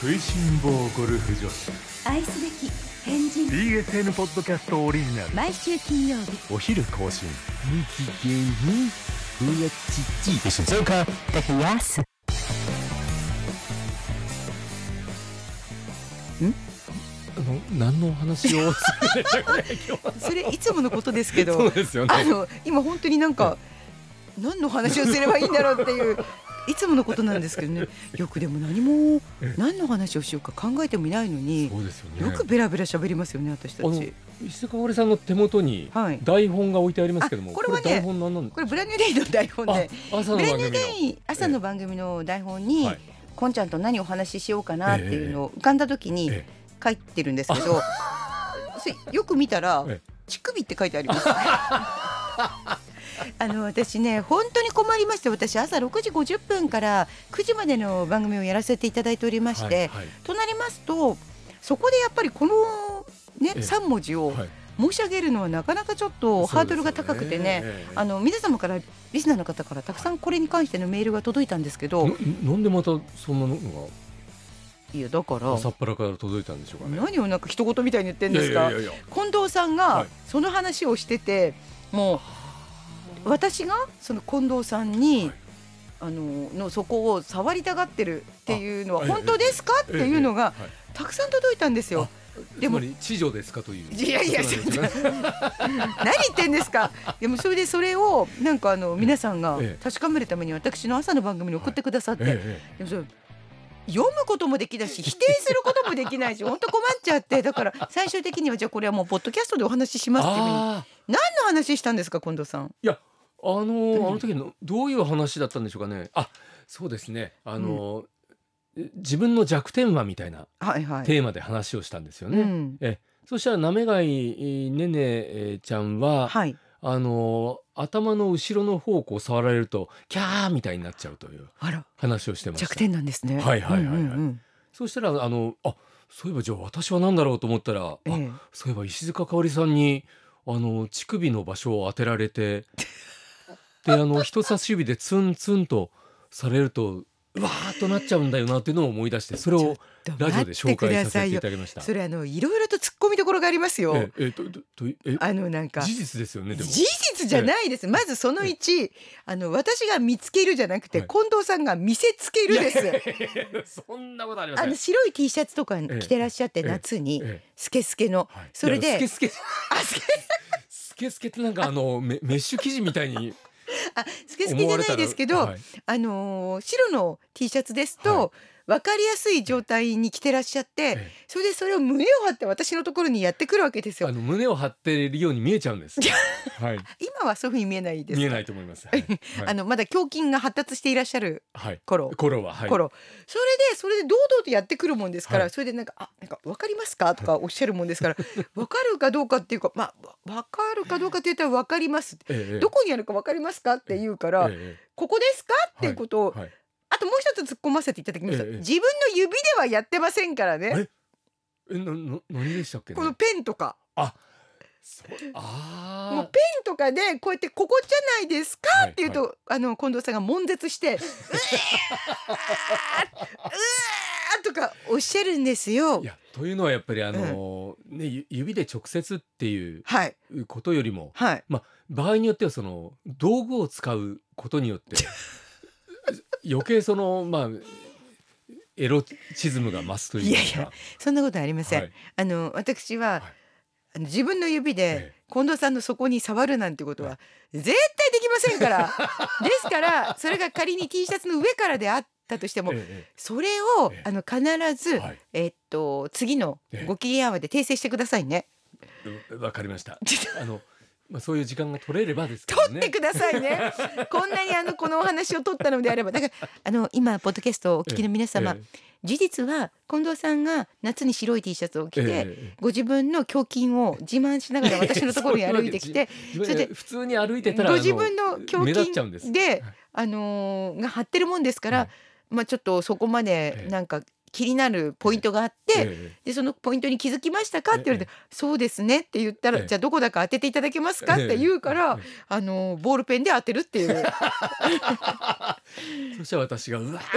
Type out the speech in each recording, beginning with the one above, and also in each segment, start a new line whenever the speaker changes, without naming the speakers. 食いしん坊ゴルフ女子
愛すべき変人
BSN ポッドキャストオリジナル
毎週金曜日
お昼更新
日芸にうやちち静岡
で冷やす
あの何のお話を
それいつものことです け
そう
ど、
ですよね
あの今本当になんか何の話をすればいいんだろうっていう。いつものことなんですけど ね、よくでも何も何の話をしようか考えてもいないのに、
そうですよね
よくベラベラ喋りますよね私た
あの
ち。
石坂織さんの手元に
はい
台本が置いてありますけども、
あこれはね
台本何なん
これブラニューデイの台本で、
あ朝の
ブラ
番
ニ
組
ュー
の
デイ朝の番組の台本に、
はい
こんちゃんと何お話ししようかなっていうのを浮かんだ時に
え
書いてるんですけ ど、それよく見たら
ええ
乳首って書いて あります。あの私ね本当に困りまして私朝6時50分から9時までの番組をやらせていただいておりまして、
はい
となりますとそこでやっぱりこのね
ええ
3文字を
はい
申し上げるのはなかなかちょっとハードルが高くてね
そうですよ
あの皆様からリスナーの方からたくさんこれに関してのメールが届いたんですけど、
ななんでまたそんなの
いやだか
が
ら
朝っぱらから届いたんでしょうかね。
何をなんか一言みたいに言ってんです
いや
か
いやいやいや
近藤さん
は
が
い
その話をしてて、もう私がその近藤さんに、
はい
あののそこを触りたがってるっていうのは
あ
本当ですかって
ええ
いうのが
ええはい
たくさん届いたんですよ。でも
つまり地上ですかという。
いやいや
ことなんですよね
何言ってんですかでもそれでそれをなんかあの皆さんが
ええ
確かめるために私の朝の番組に送ってくださって、
ええ
でもそれ読むこともできないし否定することもできないし本当困っちゃってだから最終的にはじゃあこれはもうポッドキャストでお話ししますっていうふうに
あ
何の話したんですか近藤さん。
ああのーあの時のどういう話だったんでしょうかね。あそうですねあのー自分の弱点はみたいな
はいはい。
テーマで話をしたんですよ
う
ね。
ん、
そしたらなめがいねねえちゃんは、
はい。
あのー頭の後ろの方をこう触られるとキャーみたいになっちゃうという
あら
話をしてました。
弱点なんですね。
はいはいはいはい
うんうん
そしたらあのあそういえばじゃあ私は何だろうと思ったら、あ
うんええ
そういえば石塚香織さんにあの乳首の場所を当てられ てであの人差し指でツンツンとされるとうわーっとなっちゃうんだよなっていうのを思い出してそれをラジオで紹介させていただきました。
それあのいろいろと突っ込みどころがありますよ。
えええとととえ
あのなんか
事実ですよねでも。
事実じゃないです。まずその1、あの私が見つけるじゃなくて、
はい
近藤さんが見せつけるで す。
そんなことありま
あ
せん
の。白い T シャツとか着てらっしゃって
ええ
夏に
ええ
スケスケの
はい
それ
いや
で
スケスケ
あスケ
スケスケってなんかあのメメッシュ生地みたいに
スケスケじ
思わ
ゃな
れた
い
ら
ですけど、
はい
あのー白の T シャツですと、
は
分かりやすい状態に着てらっしゃって、
え
それでそれを胸を張って私のところにやってくるわけです
あ
よ
の胸を張っているように見えちゃうん です。はい。
今はそういうふうに見えないです
見えないと思います。はい。は
あ
い
のまだ胸筋が発達していらっしゃる
はい。
頃
頃ははい。
頃、それでそれで堂々とやってくるもんですから、
はい
それでなんか「あなんか分かりますか?」とかおっしゃるもんです から分かるかどうかっていうかまあわ分かるかどうかって言ったら分かりますって
ええ
どこにあるか分かりますかって言うから
ええ
「ここですか?」っていうことを、
はい。
あともう一つ突っ込ませていただきました、
ええ
自分の指ではやってませんからね
ええなな何でしたっけね。
このペンとか
そうああ。
もうペンとかでこうやって「ここじゃないですか?」
はい
って言うと、あの近藤さんが悶絶 して「うえーうえー」とかおっしゃるんですよ
い。やというのはやっぱりあのねゆ指で直接っていう
はい
ことよりも
はい
場合によってはその道具を使うことによって 余計そのまあエロチズムが増すというか
いやいやそんなことありません。
はい
あの私は、
い
あの自分の指で
え
近藤さんのそこに触るなんてことは絶対できませんからですからそれが仮に T シャツの上からであったとしても
え
それを
ええ
あの必ず、
えはい
えっと次のご機嫌合わで訂正してくださいね。
うわかりましたあのまあそういう時間が取れればですけど
取
ね
ってくださいね。 こんなにあのこのお話を取ったのであれば、だからあの今ポッドキャストをお聞きの皆様、
ええ
事実は近藤さんが夏に白い T シャツを着
え
て、
え
ご自分の胸筋を自慢しな がら私のところに歩いてきて
自分
それで
普通に歩いてたら
ご自分の
目
胸
立っちゃうんです
筋で
はい、
あのーが張ってるもんですから、
はい
まあちょっとそこまで
ええ
なんか気になるポイントがあって、
ええ
でそのポイントに気づきましたかって言われて、そうですねって言ったら、
ええ
じゃあどこだか当てていただけますかって言うから、、
え
あの ーボールペンで当てるっていううわ
えそしたら私がうわ
ー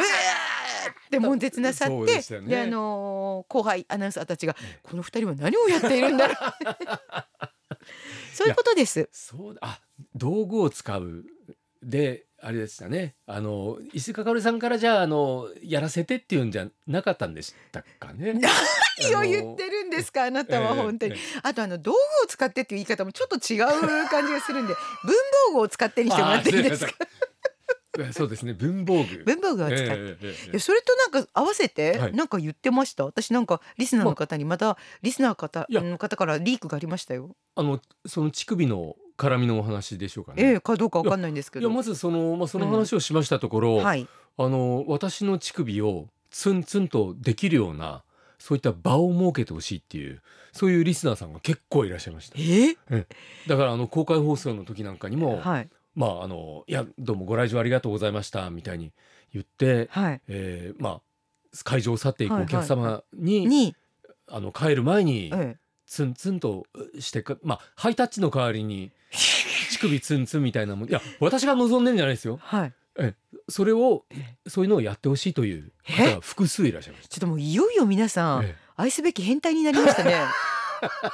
で悶絶なさっ
そう
て
で
で,、
したよね
あのー後輩アナウンサーたちが「この二人は何をやっているんだろう」 そういうことです。
そうだあ道具を使うであれでしたねあの石井かかおりさんからじゃああのやらせてっていうんじゃなかったんでしたかね。
何を
あの
言ってるんですかあなたは本当に
ええ。
あとあの道具を使ってっていう言い方もちょっと違う感じがするんで文房具を使ってにしてもらっていいですか
あーすいませんそうですね文房具。
文房具を使って。
えええええ
いやそれとなんか合わせ
は
て
い
なんか言ってました、私なんかリスナーの方にまたリスナー方
いや
の方からリークがありましたよ。
あのその乳首の絡みのお話でしょうかね。
ええかどうかわかんないんですけ
いや
ど。
まずその、まあ、その話をしましたところ、
はい。
あの私の乳首をツンツンとできるようなそういった場を設けてほしいっていうそういうリスナーさんが結構いらっしゃいました
え
だからあの公開放送の時なんかにも、
はい
まああのいやどうもご来場ありがとうございましたみたいに言って、
はい。
えーまあ会場を去っていく
はい
お客様に、
に、
あの帰る前に
え
ツンツンとしてかまあハイタッチの代わりに乳首ツンツンみたいなもんいや私が望んでんじゃないですよ
はい。
それをそういうのをやってほしいという方が複数いらっしゃいまし
ちょっともういよいよ皆
た。
さん
え
愛すべき変態になりました ね。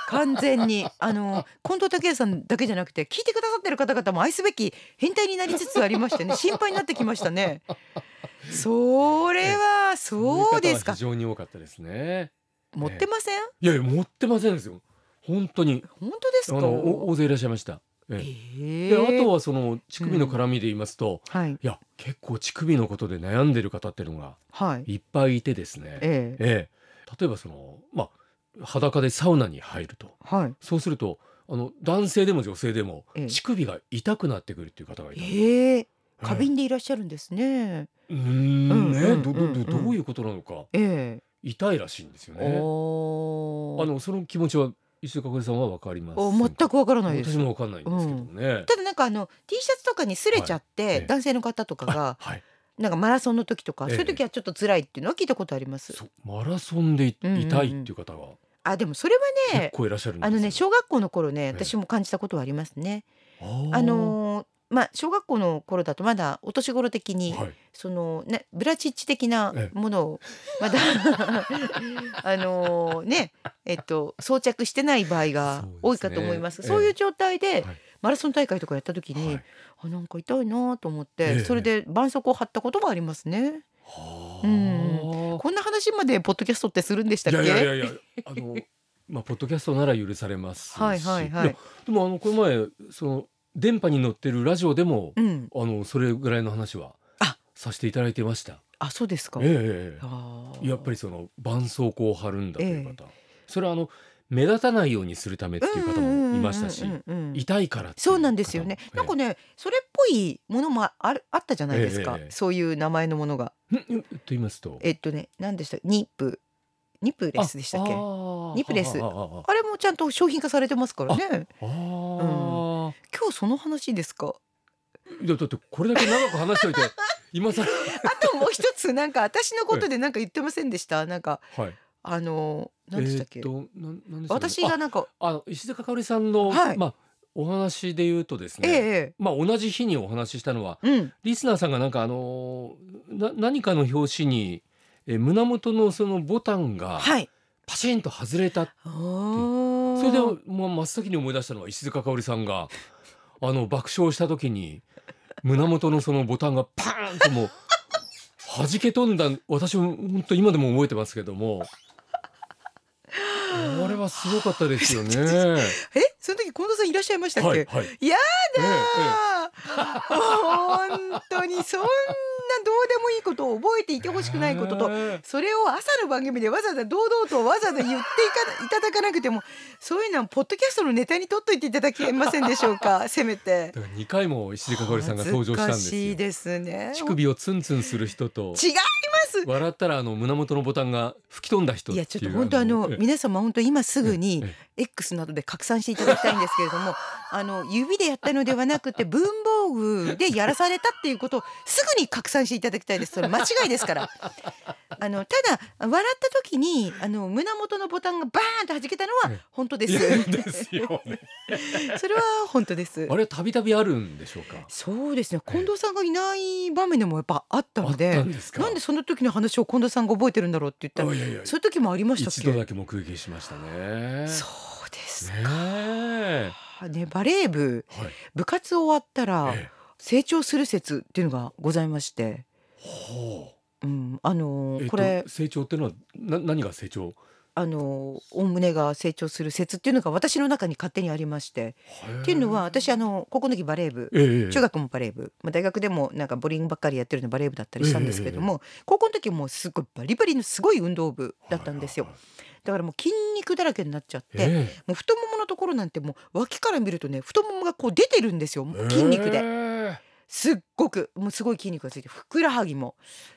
完全にあの近藤武也さんだけじゃなくて聞いてくださってる方々も愛すべき変態になりつつありましてね心配になってきましたね。それは
え
そうですか
そう。いう方は非常に多かったですね。
持ってません？
いやいや持ってませんですよ。本当に
本当です
あ
か？
のお大勢いらっしゃいました。ええ
え
で
え
あとはその乳首の絡みで言いますと、
はい
いや結構乳首のことで悩んでる方っていうのが
はい。
いっぱいいてですね。え
ええ
え例えばそのまあ裸でサウナに入ると
はい。
そうするとあの男性でも女性でも
ええ
乳首が痛くなってくるっていう方がいた。
ええ花
え
瓶でいらっしゃるんです
え
ね。
うーんね、
うん
ど
うんうん
どどどういうことなのか。
え
痛いらしいんですよ
え。
ね。
お
あ
ー
のその気持ちは石坂さんはわかります。
お全くわからないです
私。もわかんないんですけどね。
ただなんかあの T シャツとかに擦れちゃって、
はいええ
男性の方とかが
はい。
なんかマラソンの時とか、
ええ
そういう時はちょっと辛いっていうのは聞いたことあります。
そうマラソンでい
うんうんうん
痛いっていう方が
あでもそれは
結
ね
構いらっしゃるんです
あ
よ。
のね小学校の頃ね
ええ
私も感じたことはありますね。
あ
あのーまあ小学校の頃だとまだお年頃的に、
ーはい
そのねブラチッチ的な
ええ
ものをまだ あのーねえっと装着してない場合が多いかと思います。
そ
そうう
ですね
いう状態で、
はい
マラソン大会とかやった時に、
はい
あなんか痛いなと思って、
ええ
それで絆創膏を貼ったことがありますね。
はあ
うんこんな話までポッドキャストってするんでしたっけ？
いやいやいやいやあの まあポッドキャストなら許されますし。
はいはいはい
やでもあのこの前その電波に乗ってるラジオでも
うん。
あのそれぐらいの話は
あ
させていただいてました。
あそうですか。
ええええ。
あー
やっぱりその絆創膏を貼るんだという方、それはあの目立たないようにするためっていう方もいましたし
うんうんうんうんうん
痛いからってい
そうなんですよね。
方
なんかね、それっぽいものもあるあったじゃないですか、
ええええ
そういう名前のものが。
ええんんと言いますと
えっとね、何でしたニップ、ニップレスでしたっけ
あ
あ
ー
ニプレス
あーあ
れもちゃんと商品化されてますからね。
ーあー
今日その話で すか。
いやだってこれだけ長く話してお いて今さ
あともう一つ、なんか私のことでなんか言ってませんでした。なんか、
らはい
あの、何でしたっけ。
えーとなんなんでしたっけ
私がなんか、
ああの石坂かおりさんの、
はい
まあお話で言うとです
ええ
ね、
え
まあ同じ日にお話ししたのは
え、うん、
リスナーさんがなんかあのーな何かの表紙に、えー胸元のそのボタンが
はい。
パシンと外れた、
そ
それでもう真っ先に思い出したのは石塚香織さんがあの爆笑した時に胸元のそのボタンがパーンともう弾け飛んだ私も本当今でも覚えてますけども。あれはすごかったですよ ね。
え、その時近藤さんいらっしゃいましたっけ。
はいはい。
や
だ
あー本当にそんなどうでもいいことを覚えていてほしくないこととそれを朝の番組でわざわざ堂々とわざわざ言っていかないただかなくてもそういうのはポッドキャストのネタに取っといていただけませんでしょうかせめて
だから2回も石塚香織さんが登場したんで
恥
す
ずかし
よ
い。ですね
乳首をツンツンする人と
違います
笑ったらあの胸元のボタンが吹き飛んだ人て
い
い
や
う
ちょっと本当あの
ええ
皆様本当今すぐに
ええ
X などで拡散していただきたいんですけれ どもあの指でやったのではなくて文房 具でやらされたっていうことをすぐに拡散していただきたいですそれ間違いですからあのただ笑った時にあの胸元のボタンがバーンと弾けたの
え
は本当で
い
す。
やですよね。
それは本当です
あ。れはたびたびあるんでしょうか。
そうですね。
ええ
近藤さんがいない場面でもやっぱあった
あ
の
っ
で
たん、ですか。
なんでその時の話を近藤さんが覚えてるんだろうって言った
あ
ら、
いやいや
そういう時もありましたっけ。
一度だけ目撃しましたね。
そうです
ねえ。
かね。バレー部
はい。
部活終わったら
ええ
成長する説っていうのがございまして、
ほ
うん、あの
う。えっと
これ
成長ってのはな何が成長。
あのお胸が成長する説っていうのが私の中に勝手にありまして、っていうのは私あの高校の時バレー部
へえ、ええ
中学もバレー部、まあ、大学でもなんかボリングばっかりやってるのバレー部だったりしたんですけども、高校の時もうすごいバリバリのすごい運動部だったんですよ、
はいはい
だからもう筋肉だらけになっちゃって、
はいえ
もう太もものところなんてもう脇から見るとね太ももがこう出てるんですよも
え
う筋肉で
え
すっごくもうすごい筋肉がついてふくらはぎも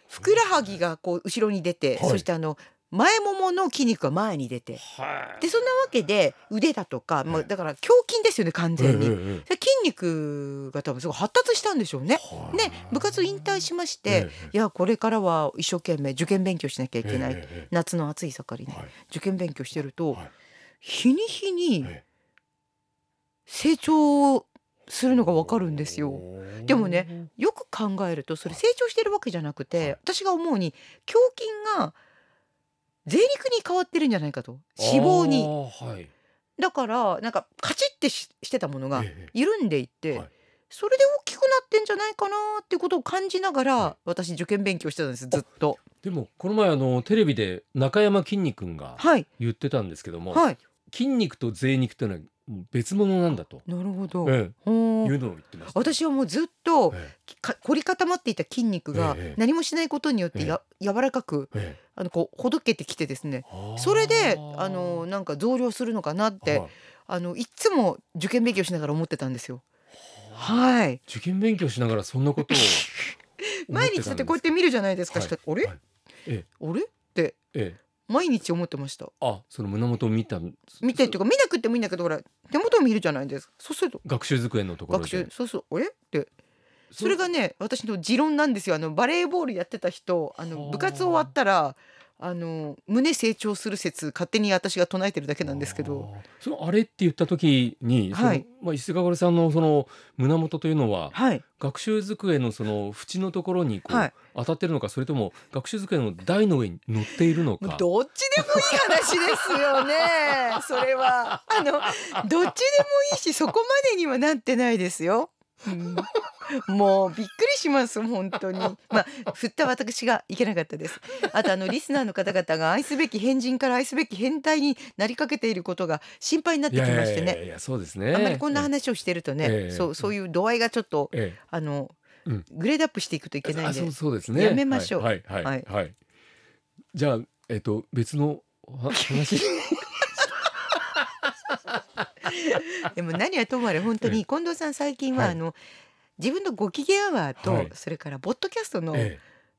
ふくらはぎがこう後ろに出て、
はい
そしてあの前ももの筋肉が前に出て
えはい。
でそんなわけで腕だとか、まあ、だから胸筋ですよね完全に。
えええ
それ筋肉が多分すごい発達したんでしょうね。
えはい
ね部活引退しまして、
え
いやこれからは一生懸命受験勉強しなきゃい
え
けない、
えええ
夏の暑い盛り
え
に、
はい
受験勉強してると、
はい
日に日に
ええ
成長するのがわかるんですよ。
おー
でもねよく考えるとそれ成長してるわけじゃなくて、私が思うに胸筋が贅肉に変わってるんじゃないかと脂肪に。
あーはい
だからなんかカチッてししてたものが
ええ
緩んでいって、
はい
それで大きくなってんじゃないかなってことを感じながら、私受験勉強してたんですずっと。
でもこの前あのテレビで中山きんに君が
はい
言ってたんですけども、
はい。
筋肉と贅肉っていうのは別物なんだと、
なるほど。
ええ、
ほ
いううのを言ってました。
私はもうずっと
ええ
か凝り固まっていた筋肉が
ええ
何もしないことによってや、柔らかく
え
あのこうほどけてきてですね
えあー
それであのなんか増量するのかなって
はい
あのいっつも受験勉強しながら思ってたんですよ。
はあ
はい
受験勉強しながらそんなことを
毎日だってこうやって見るじゃないですか、
はい
下あれ、
はいえ
あれって
えええ
毎日思ってました
あその胸元を見たん
見てっていう
そ
か見なくてもいいんだけどほら手元を見るじゃないですかそうすると
学習机のところで
学習そうそうあれってそれがね私の持論なんですよあのバレーボールやってた人あ
は
の
あ
部活終わったらあの胸成長する説勝手に私が唱えてるだけなんですけど
あーそのあれって言った時に、その
はい
まあ、伊勢川さんのその胸元というのは、
はい
学習机のその縁のところにこう、
はい
当たってるのかそれとも学習机の台の上に乗っているのか
どっちでもいい話です よねそれはあのどっちでもいいしそこまでにはなってないですよ、うんもうびっくりします本当にまあ振った私がいけなかったですあとあのリスナーの方々が愛すべき変人から愛すべき変態になりかけていることが心配になってきまして
いやいやいや
ね
いやそうですね
あんまりこんな話をしてるとね、
ええ
そうそういう度合いがちょっと
ええ
あの、
うん
グレードアップしていくといけないん
あ
で
そうそうですね
やめましょう
はいはいはい、はいじゃあえっ、と別の は話
でも何はともあれ本当
え
に近藤さん最近は
はい
あの自分のご機嫌アワ
は
ーと
い
それからボッドキャストの
え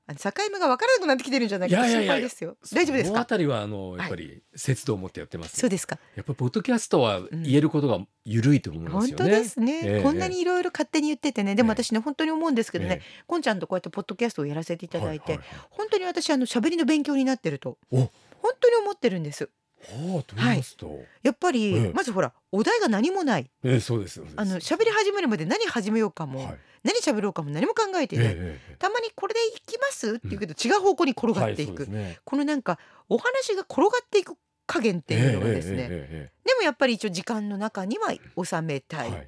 あの境目が分からなくなってきてるんじゃないかと
いやいや
心
いや
配ですよ。大丈夫です
このあ
か？
たりはあのやっぱり節度を持ってやってます、
そうですか。
やっぱりポッドキャストは
ん
言えることが緩いと思いま
本
すよね、
当ですね。
ええ
こんなにいろいろ勝手に言っててね。でも
ええ
私ね本当に思うんですけど
え
ね。こんちゃんとこうやってポッドキャストをやらせてい
え
ただいて
は
本当に私あの喋りの勉強になってると
お
本当に思ってるんです。
いはいはあと言いますと、
やっぱ
え
り
え
まずほらお題が何もない。
ええそうですそうです
あの喋り始めるまで何始めようかも
い
何喋ろうかも何も考えてい
ええ
ない。
ええ
たまにこれでいきますって言うけど違う方向に転がって
はい
い
そうで
く、
すね
このなんかお話が転がっていく加減っていうのがですね、
ええええええ
でもやっぱり一応時間の中には収めたい、
は
っ
い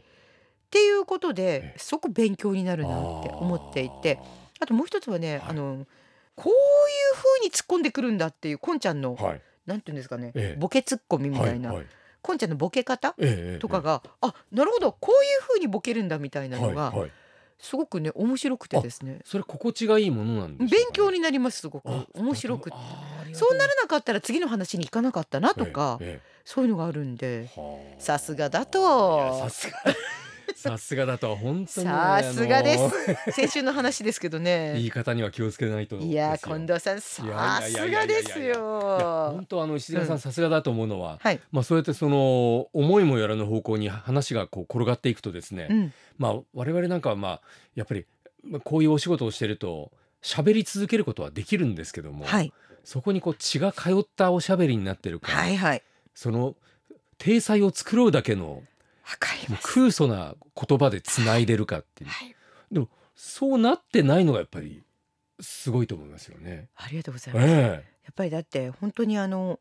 ていうことで
ええ
すごく勉強になるなって思っていてあともう一つは
は
ね、
い
あのこういう風に突っ込んでくるんだっていうこんちゃんの、
あーはい
なんていうんですかね、
ええ
ボケ突っ込みみ
は
た
い
いな、
はい
こんちゃんのボケ方
ええええ
とかが、あなるほどこういう風にボケるんだみたいなの
はい
が
はい、
すごくね面白くてですね、
それ心地がいいものなんで
勉
しょうかね
強になりますすごく
あ
面白くって
あー
そうならなかったら次の話に行かなかったなとか、
え
そういうのがある
え
ん
え
で
えはあ
さすがだ
いや
と
さすがさすがだとは本当にね
さすがで
あの
す先週の話ですけど
言
ね
い方には気をつけないと
いや
ですよ
近藤さ
い
ん
や
さ
いや
す
いや
が
いやいや
です
いや
よ
本当あの石塚さ
うんん
さすがだと思うのは、
はい、
まあそうやってその思いもよらぬ方向に話がこう転がっていくとですね、
うん、
まあ我々なんかはまあやっぱりまあこういうお仕事をしてると喋り続けることはできるんですけども、
はい
そこにこう血が通ったおしゃべりになってるか、
はいはい
その体裁を作ろうだけの
わかり
も
ま
う
す
空想な言葉でつないでるかっていう、
はい
でもそうなってないのがやっぱりすごいと思いますよね。
ありがとうございますや
え
っぱりだって本当にあの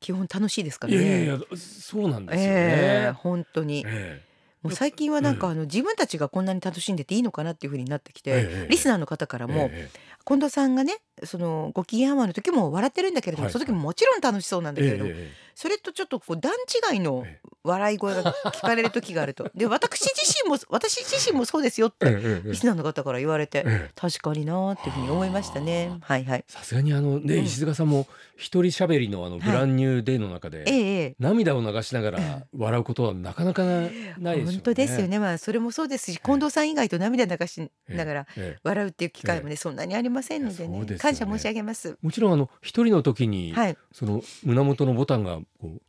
基本楽しいですか
え、い
ら
や
ね
いやいやそうなんですよね。
ええ本当に
え
もう最近はなんかあの自分たちがこんなに楽しんでていいのかなっていうふうになってきて、
ええ
リスナーの方から
え
も、
ええ
近藤さんがねそのご機嫌甘の時も笑ってるんだけれども、
はい
その時ももちろん楽しそうなんだけれども、
えええ
それとちょっとこう段違いの
え
笑い声が聞かれる時があ るとで私自身も私自身もそうですよっ
ええ
て
えええ
リスナーの方から言われて、
え
確かになーっていうふうに思いましたね
は。
はいはい、
さすがにあのね、
うん
石塚さんも一人喋りのあのブランニューデイの中で、
ええええ
涙を流しながら笑うことはなかなかないでしょうね。
本当ですよ。ね、まあ、それもそうですし近藤さん以外と涙流しながら
ええ、
笑うっていう機会もね、そんなにありませんので
いやそう
ね
ですよね
感謝申し上げます。
もちろんあの一人の時に、
はい、
その胸元のボタンがこう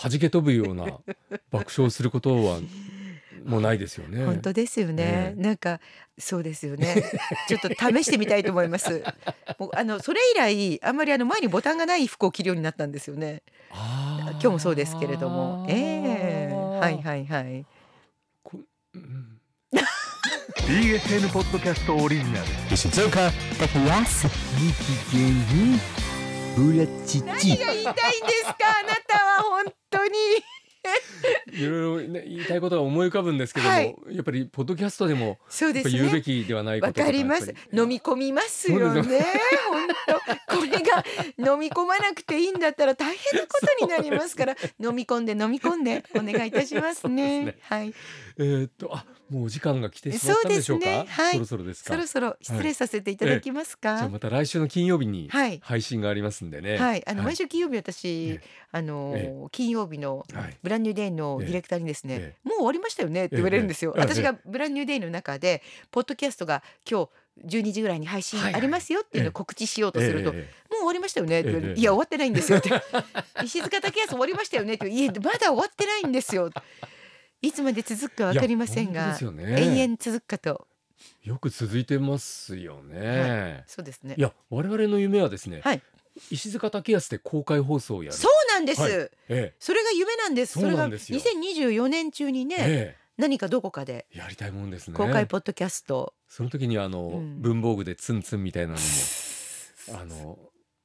弾け飛ぶよう な爆笑することはもうないですよね。
本当ですよね
え。
なんかそうです よね。ちょっと試してみたいと思います。もうあのそれ以来あんまりあの前にボタンがない服を着るようになったんですよね。
あー
今日もそうですけれども、ええはいはいはい。
こうん
BSN ポッドキャストオリジナル
静岡
増やす
日芸にブラチ
何
チ
が言いたいんですか、あなたは本当に。
いろいろ、ね、言いたいことは思い浮かぶんですけども、
はい
やっぱりポッドキャストでも
そう
やっ
で
ぱ
す
言うべ
ね。
きではないこ
わ
とと
かります
やっぱ。
飲み込みますよ
そう
ね。本当、これが飲み込まなくていいんだったら大変なことになりますから、飲み込んで飲み込んでお願いいたします ね。
そうですね
はい。
えーっとあもうお時間が来てしまったんでしょうか。
そうですねはい
そろそろですか。
そろそろ失礼させていただきますか。
じゃ
は
あ
い。
また来週の金曜日に
はい
配信がありますんでね。
あの
はい
毎週金曜日
え
私、あのー
え
金曜日の
はい
ブランニューデイのディレクターにですね、
え
もう終わりましたよねって言われるんですよ。
ええええ
私がブランニューデイの中でポッドキャストが今日12時ぐらいに配信ありますよっていうのを告知しようとすると、
ええ
もう終わりましたよねって言われる、
ええ
いや終わってないんです よって石塚竹康終わりましたよねって言ういやまだ終わってないんですよいつまで続くかわかりません
いや本当
が、
ですよね
永遠続くかと
よく続いてますよね。
そうですね
いや我々の夢はですね、
はい
石塚竹康で公開放送をやる。
そうなんです、
はいえ
それが夢なんです。そ
そう
れ
な
が
んですよ
2024年中に
え
ね、
え
何かどこかで
えやりたいもんですね。
公開ポッドキャスト、
その時にあの、
うん
文房具でツンツンみたいなのもあの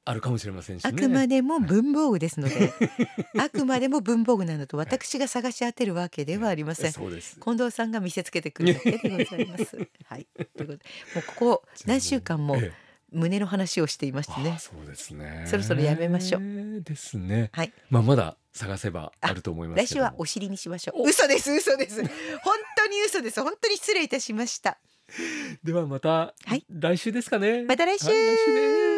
あるかもしれませんしね。
あくまでも文房具ですので、 あくまでも文房具なのと私が探し当てるわけではありません。
そうです。
近藤さんが見せつけてくるだけでござい ます。はい、ということで、もうここ何週間も
ええ
胸の話をしていまして
あ
ね
ー。そうですね。
そろそろやめましょ
う。ですね。
はい。
まあまだ探せばあると思いますけども。
来週はお尻にしましょう。嘘です、嘘です。本当に嘘です。本当に失礼いたしました。
ではまた
はい
来週ですかね。
また来週
はい来週です。